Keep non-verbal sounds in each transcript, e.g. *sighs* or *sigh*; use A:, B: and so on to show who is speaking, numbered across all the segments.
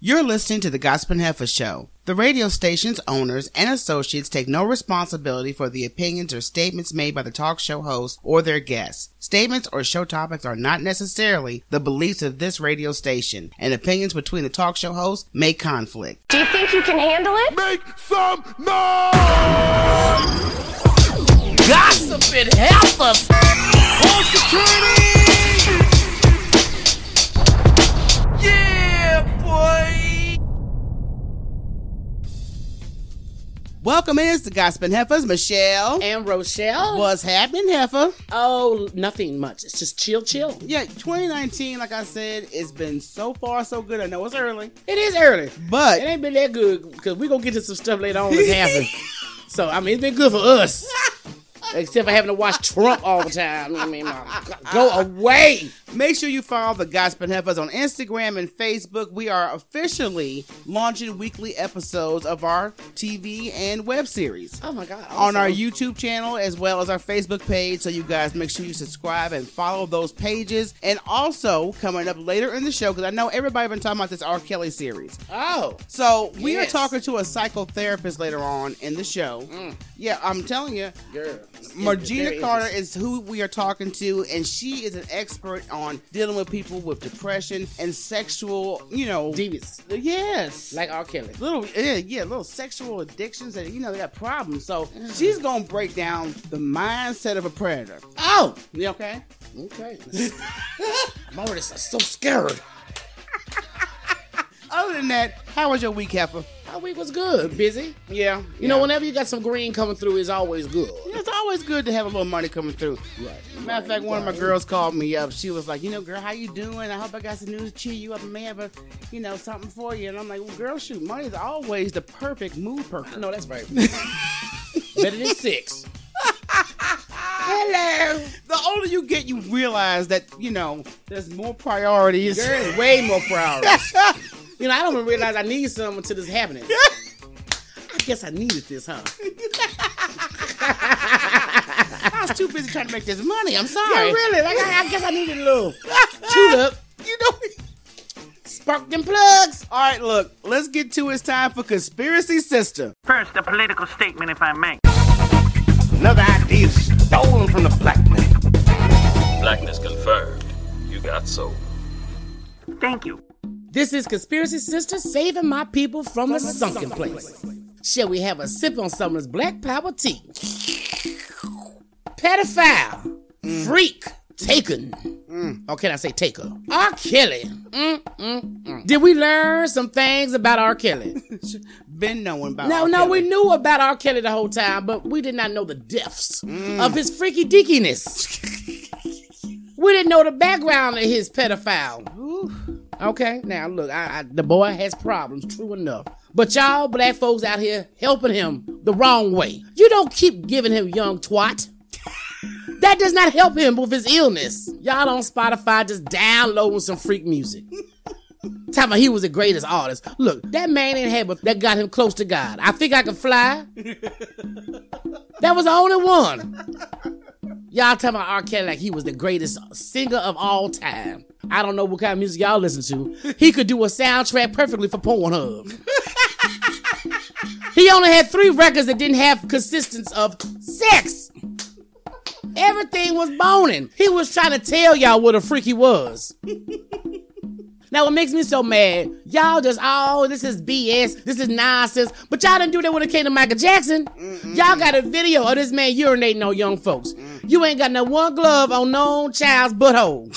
A: You're listening to the Gospel and Heifer Show. The radio station's owners and associates take no responsibility for the opinions or statements made by the talk show hosts or their guests. Statements or show topics are not necessarily the beliefs of this radio station, and opinions between the talk show hosts may conflict.
B: Do you think you can handle it?
C: Make some noise!
D: Gossip and heifers!
C: Full security!
D: Yeah, boy!
A: Welcome in to Gossip and Heifers, Michelle.
E: and Rochelle.
A: What's happening, Heifer?
E: Oh, nothing much. It's just chill, chill.
A: Yeah, 2019, like I said, it's been so far so good. I know it's early,
E: It is early. It
A: but
E: ain't been that good because we gonna get to some stuff later on that's
A: *laughs*
E: happening. so I mean, it's been good for us, except for having to watch Trump all the time. I mean, uh, go away.
A: Make sure you follow the Gospel and Heifers on Instagram and Facebook. We are officially launching weekly episodes of our TV and web series
E: Oh my God.
A: on our
E: you
A: YouTube channel as well as our Facebook page. So you guys make sure you subscribe and follow those pages. And also coming up later in the show, because I know everybody been talking about this R. Kelly series.
E: Oh,
A: So we
E: Yes.
A: are talking to a psychotherapist later on in the show.
E: Mm.
A: Yeah, I'm telling you,
E: girl.
A: Margina
E: There
A: Carter is who we are talking to, and she is an expert on dealing with people with depression and sexual, you know,
E: devious,
A: yes,
E: like R. Kelly.
A: little, yeah, yeah, little sexual addictions that you know they got problems. So she's gonna break down the mindset of a predator.
E: Oh,
A: You okay?
E: okay. *laughs* Mortis, I'm so scared.
A: Other than that, how was your week, Heifer?
E: Our week was good, busy.
A: Yeah,
E: You know, whenever you got some green coming through, it's always good.
A: It's always good to have a little money coming through.
E: Right.
A: Matter of fact, one of my girls called me up. She was like, "You know, girl, how you doing? I hope I got some news to cheer you up. I may have a, you know, something for you." And I'm like, "Well, girl, shoot, money is always the perfect mood perker."
E: No, that's right. Better than *laughs* six. Hello.
A: The older you get, you realize that you know there's more priorities.
E: There's way more priorities. *laughs* you know, I don't even realize I need some until this *laughs* happening. I guess I needed this, huh?
A: I was too busy trying to make this money. I'm sorry.
E: *laughs* Yeah, really. Like I, I guess I needed
A: *laughs*
E: a little toot up,
A: You know.
E: spark them plugs.
A: All right, look, let's get to it. it's time for conspiracy sister.
F: First, a political statement, if I may.
G: Another idea is stolen from the black man.
H: Blackness confirmed. You got soul.
F: Thank you.
E: This is Conspiracy Sister saving my people from the sunken place. Shall we have a sip on some of this black power tea? Pedophile, freak, taken. Or can I say taker? R. Kelly. Mm, mm, mm. Did we learn some things about R. Kelly?
A: Been knowing about
E: No,
A: R.
E: no, we
A: Kelly.
E: knew about R. Kelly the whole time, but we did not know the depths
A: Mm.
E: of his freaky deakiness. we didn't know the background of his pedophile. Okay, now look, I, I, the boy has problems, true enough. But y'all black folks out here helping him the wrong way. You don't keep giving him young twat. That does not help him with his illness. Y'all on Spotify just downloading some freak music. Talking about he was the greatest artist. Look, that man ain't had but that got him close to God. I think I can fly. that was the only one. Y'all talking about R. Kelly like he was the greatest singer of all time. I don't know what kind of music y'all listen to. He could do a soundtrack perfectly for Pornhub. he only had three records that didn't have consistence of sex. Everything was boning. He was trying to tell y'all what a freak he was. Now what makes me so mad, y'all just oh this is BS, this is nonsense. But y'all didn't do that when it came to Michael Jackson. Y'all got a video of this man urinating on young folks. You ain't got not one glove on no child's butthole.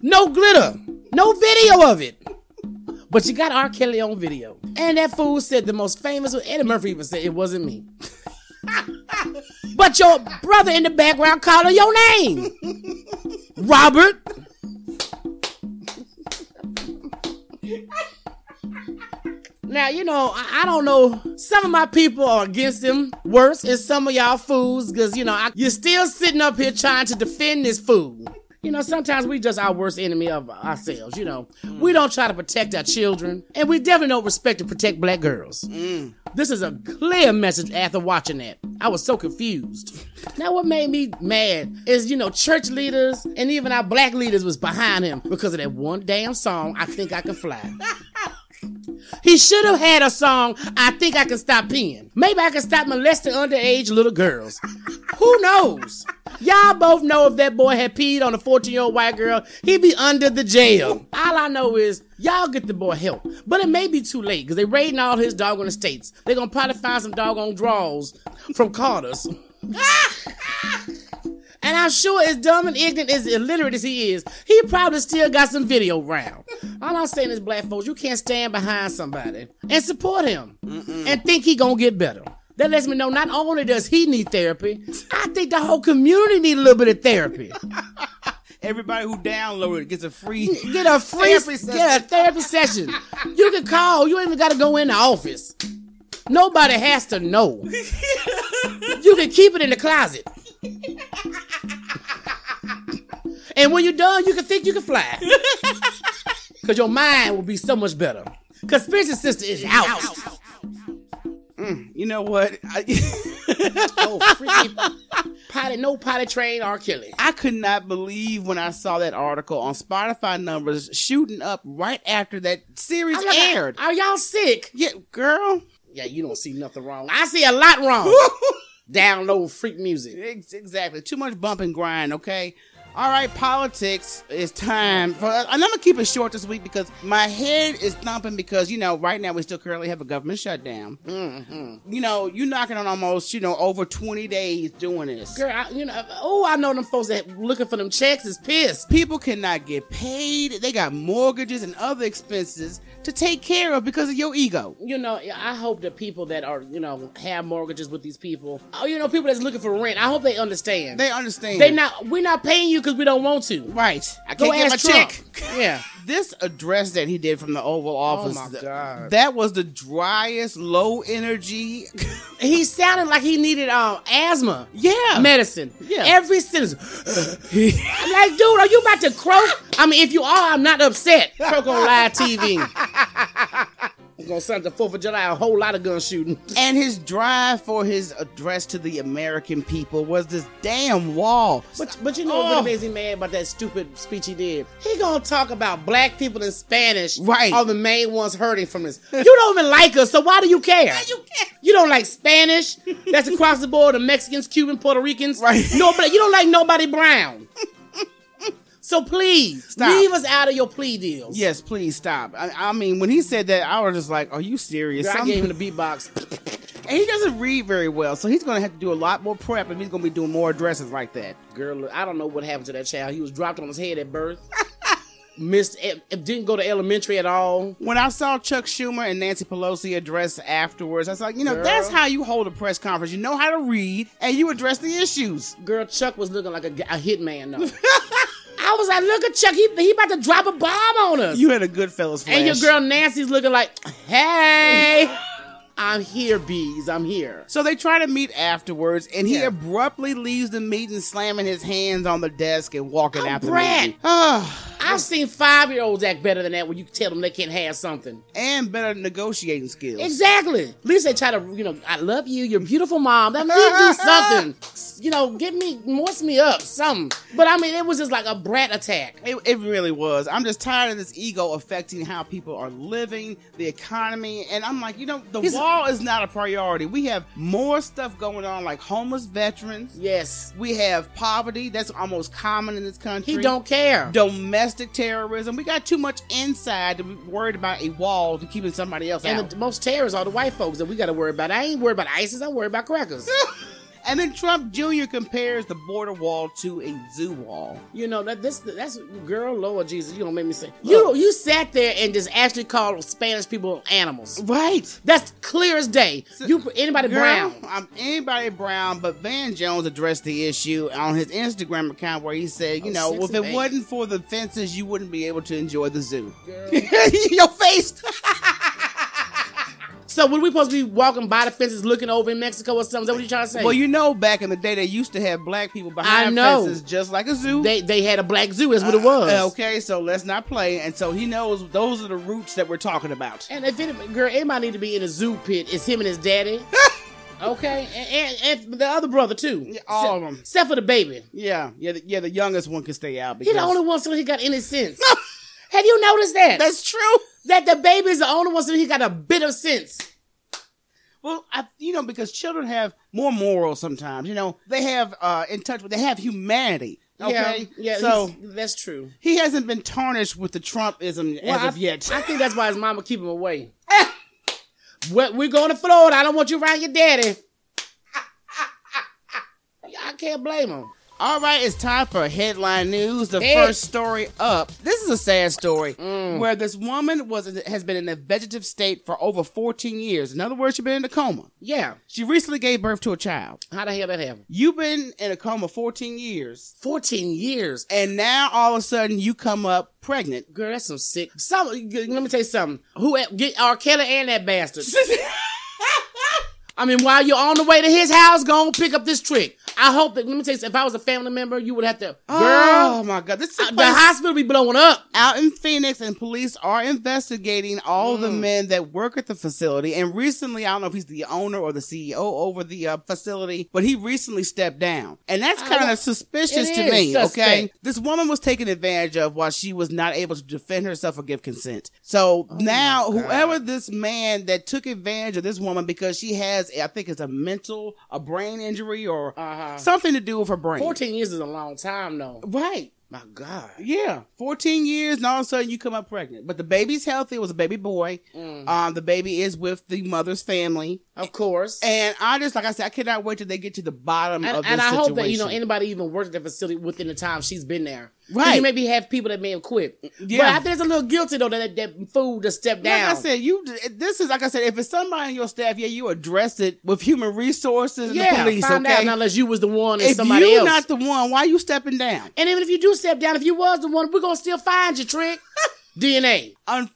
E: no glitter, no video of it. But you got R. Kelly on video, and that fool said the most famous. Eddie Murphy even said it wasn't me. but your brother in the background calling your name, Robert. Now, you know, I, I don't know. Some of my people are against him. Worse is some of y'all fools, because, you know, I, you're still sitting up here trying to defend this fool. You know, sometimes we just our worst enemy of ourselves, you know. We don't try to protect our children, and we definitely don't respect and protect black girls. This is a clear message after watching that. I was so confused. Now, what made me mad is, you know, church leaders and even our black leaders was behind him because of that one damn song, I Think I Can Fly. He should have had a song, I Think I Can Stop Peeing. Maybe I can stop molesting underage little girls. Who knows? Y'all both know if that boy had peed on a 14 year old white girl, he'd be under the jail. All I know is y'all get the boy help. But it may be too late because they raiding all his doggone estates. they going to probably find some doggone draws from Carter's. And I'm sure as dumb and ignorant as illiterate as he is, he probably still got some video round. All I'm saying is, black folks, you can't stand behind somebody and support him and think he gonna get better. That lets me know not only does he need therapy, I think the whole community need a little bit of therapy.
A: Everybody who downloaded it gets a free.
E: Get a free
A: Therapy session.
E: get a therapy session. You can call. You ain't even got to go in the office. Nobody has to know. you can keep it in the closet. and when you're done, you can think you can fly. Cause your mind will be so much better. Conspiracy sister is out.
A: You know what? I, *laughs*
E: Oh, freaking potty, no potty train R. Kelly.
A: I could not believe when I saw that article on Spotify numbers shooting up right after that series
E: I'm like,
A: aired.
E: Are y'all sick?
A: yeah, girl.
E: Yeah, you don't see nothing wrong. I see a lot wrong. *laughs* Download freak music.
A: Ex- Exactly. Too much bump and grind, okay? All right, politics. It's time for. And I'm going to keep it short this week because my head is thumping because, you know, right now we still currently have a government shutdown. Mm-hmm. You know, you're knocking on almost, you know, over 20 days doing this.
E: Girl, I, you know, oh, I know them folks that looking for them checks is pissed.
A: People cannot get paid. They got mortgages and other expenses to take care of because of your ego.
E: You know, I hope the people that are, you know, have mortgages with these people, oh, you know, people that's looking for rent, I hope they understand.
A: They understand.
E: They not, we're not paying you because we don't want to.
A: right. I
E: Go
A: can't get my
E: ask Trump.
A: check.
E: Yeah.
A: *laughs* This address that he did from the Oval Office.
E: Oh my
A: th-
E: God.
A: That was the driest, low
E: *laughs*
A: energy.
E: He sounded like he needed um, asthma
A: yeah.
E: medicine.
A: Yeah.
E: Every sentence. *sighs* I'm like, dude, are you about to croak? I mean, if you are, I'm not upset. Croak on
A: *laughs*
E: live TV. I'm gonna send the 4th of July a whole lot of gun shooting.
A: And his drive for his address to the American people was this damn wall.
E: But, but you know what
A: Oh.
E: really makes me mad about that stupid speech he did? He gonna talk about black people in Spanish
A: Right.
E: are the main ones hurting from this. You don't even like us, so why do you care? you don't like Spanish. That's across the board of Mexicans, Cuban, Puerto Ricans.
A: Right.
E: Nobody. You don't like nobody brown. so please
A: Stop.
E: leave us out of your plea deals.
A: Yes, please stop. I, I mean, when he said that, I was just like, "Are you serious?"
E: Girl, I
A: Some-
E: gave him the beatbox.
A: and he doesn't read very well, so he's going to have to do a lot more prep, and he's going to be doing more addresses like that.
E: Girl, I don't know what happened to that child. He was dropped on his head at
A: *laughs*
E: birth. Missed, eh, didn't go to elementary at all.
A: When I saw Chuck Schumer and Nancy Pelosi address afterwards, I was like, "You know,
E: Girl.
A: that's how you hold a press conference. You know how to read, and you address the issues."
E: Girl, Chuck was looking like a, a hitman. Though. *laughs* I was like, look at Chuck. He, he about to drop a bomb on us.
A: You had a good fellow's flash.
E: and your girl Nancy's looking like, hey, I'm here, bees. I'm here.
A: So they try to meet afterwards, and he
E: Yeah.
A: abruptly leaves the meeting, slamming his hands on the desk and walking
E: A
A: out the
E: brat.
A: meeting. *sighs* Ah,
E: I've seen five year olds act better than that when you tell them they can't have something.
A: and better negotiating skills.
E: Exactly. At least they try to, you know, I love you. You're a beautiful mom. That
A: *laughs*
E: means do something. You know, get me, moist me up, something. But I mean, it was just like a brat attack.
A: It, it really was. I'm just tired of this ego affecting how people are living, the economy, and I'm like, you know, the
E: He's-
A: wall is not a priority. We have more stuff going on, like homeless veterans.
E: Yes.
A: We have poverty that's almost common in this country.
E: He don't care.
A: domestic terrorism. We got too much inside to be worried about a wall to keeping somebody else out.
E: And the most terrorists are the white folks that we got to worry about. I ain't worried about ISIS. I worry about
A: *laughs*
E: crackers.
A: And then Trump Jr. compares the border wall to a zoo wall.
E: you know that this that's girl, Lord Jesus. You don't make me say you. You sat there and just actually called Spanish people animals.
A: Right.
E: That's clear as day. You anybody
A: Brown.
E: brown?
A: I'm anybody brown, but Van Jones addressed the issue on his Instagram account where he said, you
E: Oh,
A: know,
E: six
A: if it
E: of eight.
A: wasn't for the fences, you wouldn't be able to enjoy the zoo.
E: Girl.
A: *laughs* Your face.
E: So when we supposed to be walking by the fences, looking over in Mexico or something? Is that what you trying to say?
A: well, you know, back in the day, they used to have black people behind
E: I know.
A: fences just like a zoo.
E: they they had a black zoo. That's what it was.
A: Uh, okay, so let's not play. And so he knows those are the roots that we're talking about.
E: And if it, girl, anybody need to be in a zoo pit, it's him and
A: *laughs*
E: his daddy. okay, and, and, and the other brother too.
A: Yeah, all of 'em.
E: except for the baby.
A: Yeah, yeah, the, yeah. The youngest one can stay out.
E: He
A: Because
E: the only one so he got any sense. Have you noticed that?
A: That's true.
E: that the baby is the only one so he got a bit of sense.
A: Well, I, you know, because children have more morals sometimes. You know, they have uh, in touch with, they have humanity. Okay,
E: Yeah, yeah
A: So
E: he's- that's true.
A: he hasn't been tarnished with the Trumpism
E: Well,
A: as
E: I,
A: of yet. Ah.
E: I think that's why his mama keep him away. well, we're going to Florida. I don't want you around your daddy.
A: Ah,
E: I can't blame him.
A: All right, it's time for headline news. The
E: Hey.
A: first story up. This is a sad story
E: Mm.
A: where this woman was has been in a vegetative state for over 14 years. In other words, she's been in a coma.
E: Yeah.
A: She recently gave birth to a child.
E: How the hell that happened?
A: You've been in a coma 14 years,
E: 14 years.
A: and now all of a sudden you come up pregnant.
E: Girl, that's some sick. Some, g- let me tell you something. Who get R. Kelly and
A: *laughs*
E: that bastard? I mean, while you're on the way to his house, go and pick up this trick. I hope that. Let me tell you, something. if I was a family member, you would have to.
A: Oh
E: Girl,
A: my God! This is
E: the hospital be blowing up.
A: out in Phoenix, and police are investigating all the
E: Mm.
A: men that work at the facility. And recently, I don't know if he's the owner or the CEO over the uh, facility, but he recently stepped down, and that's
E: I
A: kind
E: don't-
A: of suspicious
E: It
A: to
E: is
A: me. Okay,
E: suspect.
A: this woman was taken advantage of while she was not able to defend herself or give consent. So
E: Oh
A: now, whoever this man that took advantage of this woman because she has, I think, it's a mental, a brain injury, or uh,
E: Uh-huh.
A: something to do with her brain.
E: 14 years is a long time, though.
A: Right.
E: My God.
A: Yeah, 14 years, and all of a sudden you come up pregnant. But the baby's healthy. It was a baby boy.
E: Mm.
A: Um, the baby is with the mother's family.
E: Of course.
A: And I just, like I said, I cannot wait till they get to the bottom
E: And,
A: of this
E: and I
A: situation.
E: hope that you know anybody even worked at the facility within the time she's been there.
A: Right.
E: You maybe have people that may have quit.
A: Yeah.
E: But I think there's a little guilty though that that food to step
A: like
E: down.
A: I said, you. This is like I said. If it's somebody in your staff, yeah, you address it with human resources and
E: yeah.
A: the police.
E: find
A: okay,
E: out not unless you was the one and
A: if
E: somebody
A: you're
E: else.
A: not the one, why you stepping down?
E: and even if you do step down, if you was the one, we're gonna still find you, *laughs* trick. DNA.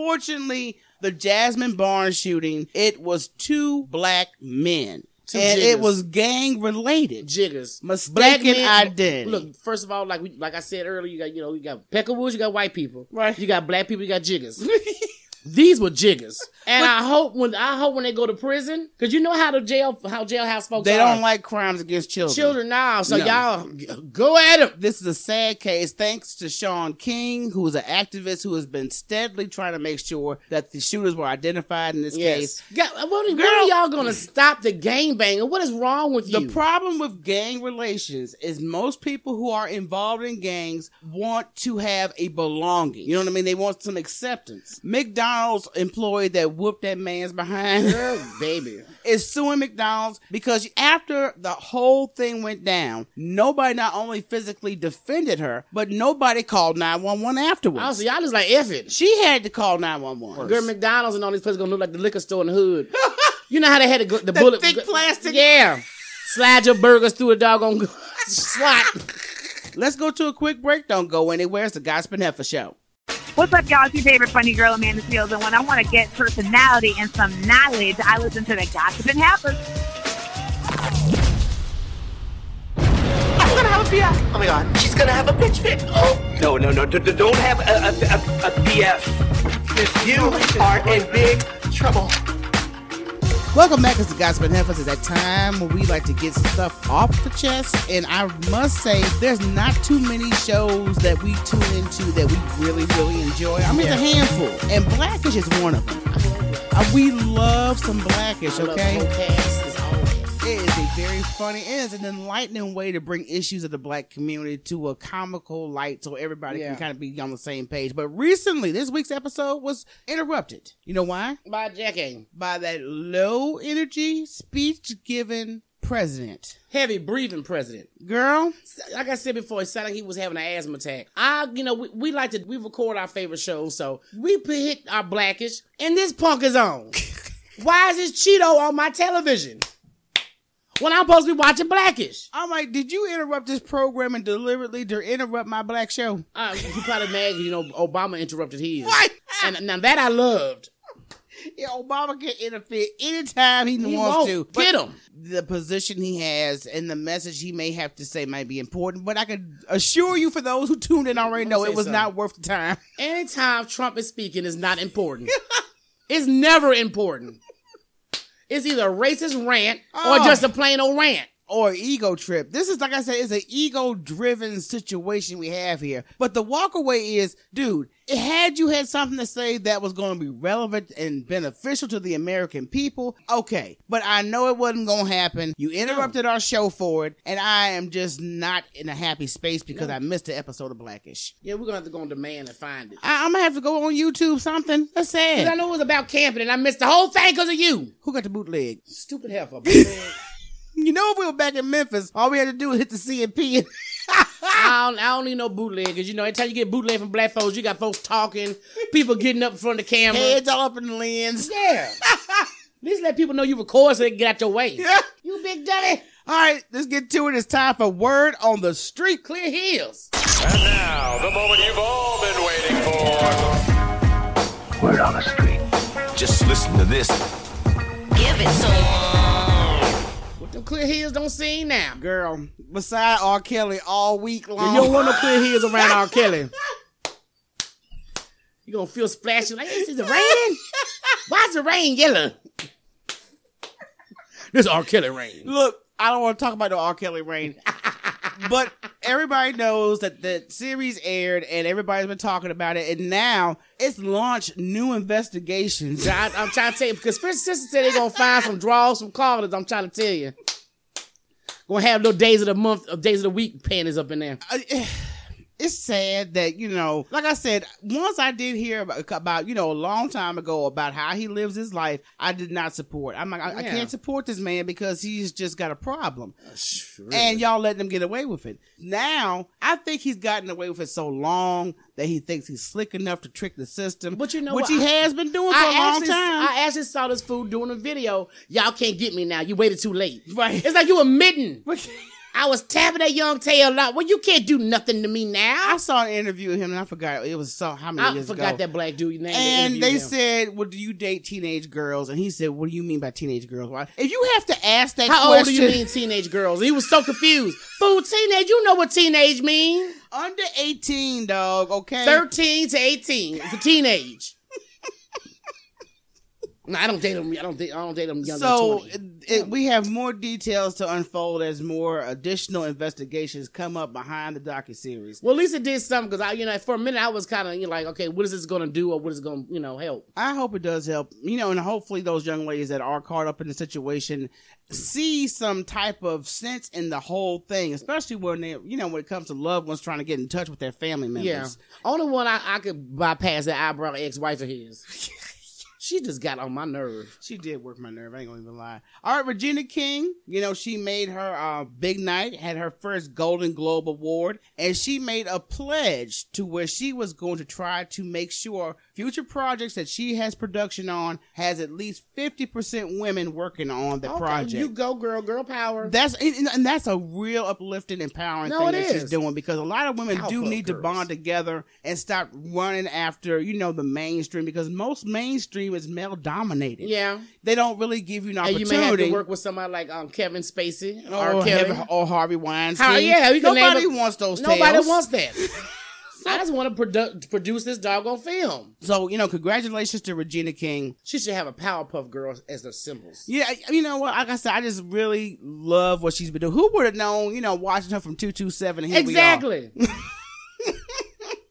A: unfortunately, the Jasmine Barnes shooting, it was two black men.
E: Two
A: and it
E: jiggers.
A: was gang related.
E: Jiggers.
A: Mistaken identity.
E: Look, first of all, like we, like I said earlier, you got you know you got Peckerwoods, you got white people,
A: Right.
E: You got black people, you got jiggers. *laughs* These were jiggers, and I hope when I hope when they go to prison, because you know how the jail how jailhouse folks
A: They
E: are.
A: don't like crimes against children.
E: children now, so
A: No.
E: y'all g- go at them.
A: This is a sad case thanks to Sean King, who is an activist who has been steadily trying to make sure that the shooters were identified in this case.
E: God, what, when
A: Girl.
E: are y'all gonna stop the game banging? What is wrong with
A: The
E: you?
A: problem with gang relations is most people who are involved in gangs want to have a belonging. You know what I mean? They want some acceptance. McDonald's employee that whooped that man's behind
E: *laughs* Girl, baby.
A: is suing McDonald's because after the whole thing went down, nobody not only physically defended her, but nobody called 911 afterwards.
E: Also, y'all just like F it.
A: she had to call 911.
E: Girl, McDonald's and all these places gonna look like the liquor store in the hood. you know how they had the, gr- the,
A: That
E: bullet
A: thick plastic-
E: Yeah, slide your burgers through a doggone g-
A: *laughs*
E: slot.
A: Let's go to a quick break. Don't go anywhere. It's the Gossip Heifer Show.
B: What's up, y'all? It's your favorite funny girl, Amanda Seals. And when I want to get personality and some knowledge, I listen to the Gossip and Happens.
G: Oh my god, she's gonna have a bitch fit. Oh *gasps* no, no, no, d- d- don't have a, a, a, a BF. Miss, You are in big trouble.
A: Welcome back. It's the Gossip Heifer. It's that time where we like to get stuff off the chest. And I must say, there's not too many shows that we tune into that we really, really enjoy. I mean, it's a handful. And Blackish is one of them. Uh, we love some Blackish, okay? It is a very funny and it's an enlightening way to bring issues of the black community to a comical light so everybody
E: Yeah.
A: can kind of be on the same page. But recently, this week's episode was interrupted. You know why?
E: By jacking,
A: By that low energy speech given president.
E: heavy breathing president.
A: Girl,
E: Like I said before, it sounded like he was having an asthma attack. I, you know, we, we like to we record our favorite shows, so we put hit our blackish, and this punk is on. Why is this Cheeto on my television when I'm supposed to be watching Blackish?
A: I'm like, did you interrupt this program and deliberately to interrupt my black show?
E: Uh, you probably mad, 'cause, you know, Obama interrupted his.
A: *laughs* Right.
E: And now that I loved.
A: Yeah, Obama can interfere anytime he,
E: He
A: wants
E: won't.
A: to. But-
E: Get him.
A: the position he has and the message he may have to say might be important, but I can assure you for those who tuned in already know
E: say
A: it was
E: something.
A: not worth the time.
E: Anytime Trump is speaking is not important. *laughs* it's never important. It's either a racist rant or
A: Oh.
E: just a plain old rant.
A: or ego trip. This is, like I said, it's an ego driven situation we have here. But the walkaway is, dude, had you had something to say that was going to be relevant and beneficial to the American people, okay. But I know it wasn't going to happen. You interrupted our show for it, and I am just not in a happy space because I missed the episode of Blackish.
E: Yeah, we're gonna have to go on demand and find it.
A: I, I'm gonna have to go on YouTube something. That's sad.
E: Cause I know it was about camping and I missed the whole thing because of you.
A: Who got the bootleg?
E: Stupid heifer. man.
A: *laughs* You know, if we were back in Memphis, all we had to do was hit the C and *laughs* P.
E: I don't, I don't need no bootleggers. You know, anytime you get bootleg from black folks, you got folks talking, people getting up in front of the camera.
A: Heads all up in the lens.
E: Yeah. At least let people know you record so they can get out your way.
A: Yeah. *laughs*
E: You big daddy.
A: All right, let's get to it. It's time for Word on the Street.
E: Clear heels.
C: And now, the moment you've all been waiting for.
G: Word on the street.
I: Just listen to this.
J: Give it some.
E: What them clear heels don't sing now.
A: Girl, beside R. Kelly all week long.
E: You don't want no clear heels around R. Kelly. You gonna feel splashy like this *laughs* is it raining? Why's the rain yellow? This R. Kelly rain.
A: *laughs* Look, I don't want to talk about no R. Kelly rain. *laughs* but everybody knows that the series aired and everybody's been talking about it. And now it's launched new investigations.
E: I, am trying to tell you because Princess Sister said they gonna find some draws, some callers. I'm trying to tell you. Gonna have little days of the month, of days of the week panties up in there.
A: I- it's sad that you know like i said once i did hear about, about, you know a long time ago about how he lives his life i did not support i'm like I, I
E: Yeah. Uh,
A: can't support this man because he's just got a problem and y'all letting him get away with it now i think he's gotten away with it so long that he thinks he's slick enough to trick the system
E: But you know
A: which
E: what?
A: he
E: I-
A: has been doing for a long
E: actually,
A: time
E: I actually saw this fool doing a video. Y'all can't get me now. You waited too late.
A: Right.
E: It's like you admitting.
A: *laughs* But-
E: I was tapping that young tail out. Well, you can't do nothing to me now.
A: I saw an interview of him and i forgot it was so how many
E: I,
A: years
E: forgot
A: ago
E: that black dude name. that
A: And
E: interviewed
A: they
E: him.
A: said, "Well, do you date teenage girls?" And he said, "What do you mean by teenage girls? Why? If you have to ask that
E: How old do
A: question,
E: you mean teenage girls? He was so confused. Fool, teenage, you know what teenage mean.
A: under eighteen, dog? Okay,
E: 13 to 18. It's a teenage. *laughs* no, I don't date them. I don't date, I don't date them younger
A: so
E: than
A: it,
E: 20.
A: it- we have more details to unfold as more additional investigations come up behind the docu series.
E: Well, at least it did something because I, you know, for a minute I was kind of you know, like, okay, what is this going to do or what is going to, you know, help?
A: I hope it does help, you know, and hopefully those young ladies that are caught up in the situation see some type of sense in the whole thing, especially when they, you know, when it comes to loved ones trying to get in touch with their family members.
E: Yeah. Only one I, I could bypass that eyebrow ex wife of his. *laughs* she just got on my nerve.
A: She did work my nerve. I ain't gonna even lie. All right, Regina King. You know she made her uh, big night, had her first Golden Globe award, and she made a pledge to where she was going to try to make sure future projects that she has production on has at least fifty percent women working on the
E: Okay,
A: project.
E: You go, girl. Girl power.
A: that's and, and that's a real uplifting, empowering
E: No,
A: thing
E: it
A: that she's
E: is.
A: doing because a lot of women
E: Powerpuff
A: do need to
E: Girls.
A: bond together and stop running after you know the mainstream because most mainstream is male dominated
E: yeah.
A: they don't really give you an
E: And
A: opportunity. Oh,
E: you may have to work with somebody like um, Kevin Spacey
A: or,
E: or Kevin.
A: Harvey- or Harvey Weinstein.
E: How- yeah, you can name
A: nobody
E: a-
A: wants those.
E: Nobody
A: tales.
E: wants that.
A: *laughs*
E: *laughs* I just want to produ- produce this doggone film.
A: So you know, congratulations to Regina King.
E: She should have a Powerpuff Girl as the symbols.
A: Yeah, you know what? Like I said, I just really love what she's been doing. Who would have known? You know, watching her from two two seven. *laughs*
E: exactly.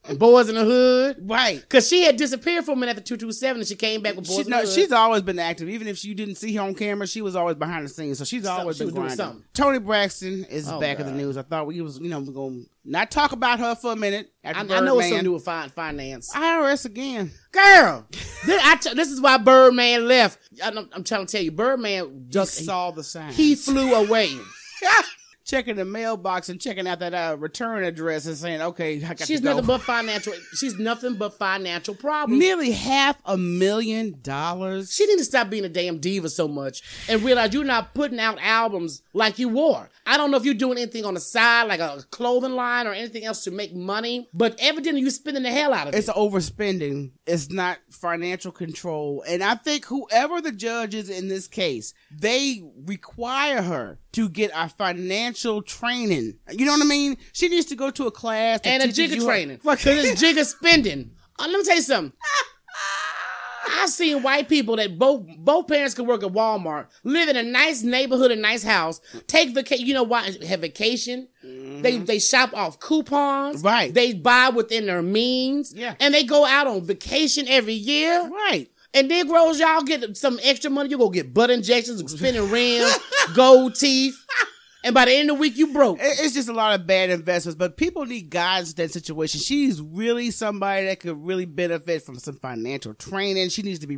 E: and Boys in the Hood.
A: Right.
E: Because she had disappeared for a minute after 227 and she came back with Boys
A: She,
E: in
A: no,
E: the Hood.
A: she's always been active. Even if you didn't see her on camera, she was always behind the scenes. So she's always
E: she
A: been
E: was doing
A: grinding.
E: something.
A: Tony Braxton is
E: Oh,
A: back in
E: God.
A: the news. I thought we was, you know, going to not talk about her for a minute.
E: I,
A: After
E: I know it's
A: Birdman.
E: something to do with fin- finance.
A: IRS again.
E: Girl, this, I t- this is why Birdman left. I'm, I'm trying to tell you, Birdman just
A: Just saw the sign.
E: he flew away.
A: checking the mailbox and checking out that uh, return address and saying, okay, I got
E: She's
A: to go.
E: nothing but financial. She's nothing but financial problems.
A: Nearly half a million dollars.
E: She need to stop being a damn diva so much and realize you're not putting out albums like you were. I don't know if you're doing anything on the side, like a clothing line or anything else to make money, but evidently you're spending the hell out of
A: it's
E: it.
A: overspending. It's not financial control. And I think whoever the judge is in this case, they require her to get a financial training. You know what I mean? She needs to go to a class that
E: and a
A: teaches
E: jigger
A: you- *laughs*
E: training. Because it's jigger spending. Uh, let me tell you something. I've seen white people that both both parents could work at Walmart, live in a nice neighborhood, a nice house, take vacation. You know why? Have vacation. They they shop off coupons.
A: Mm-hmm. Right.
E: They buy within their means.
A: Yeah.
E: And they go out on vacation every year.
A: Right.
E: And Negroes, y'all get some extra money. You go get butt injections, spinning rims, *laughs* gold teeth, and by the end of the week you broke.
A: It- It's just a lot of bad investments, but people need guidance in that situation. She's really somebody that could really benefit from some financial training. She needs to be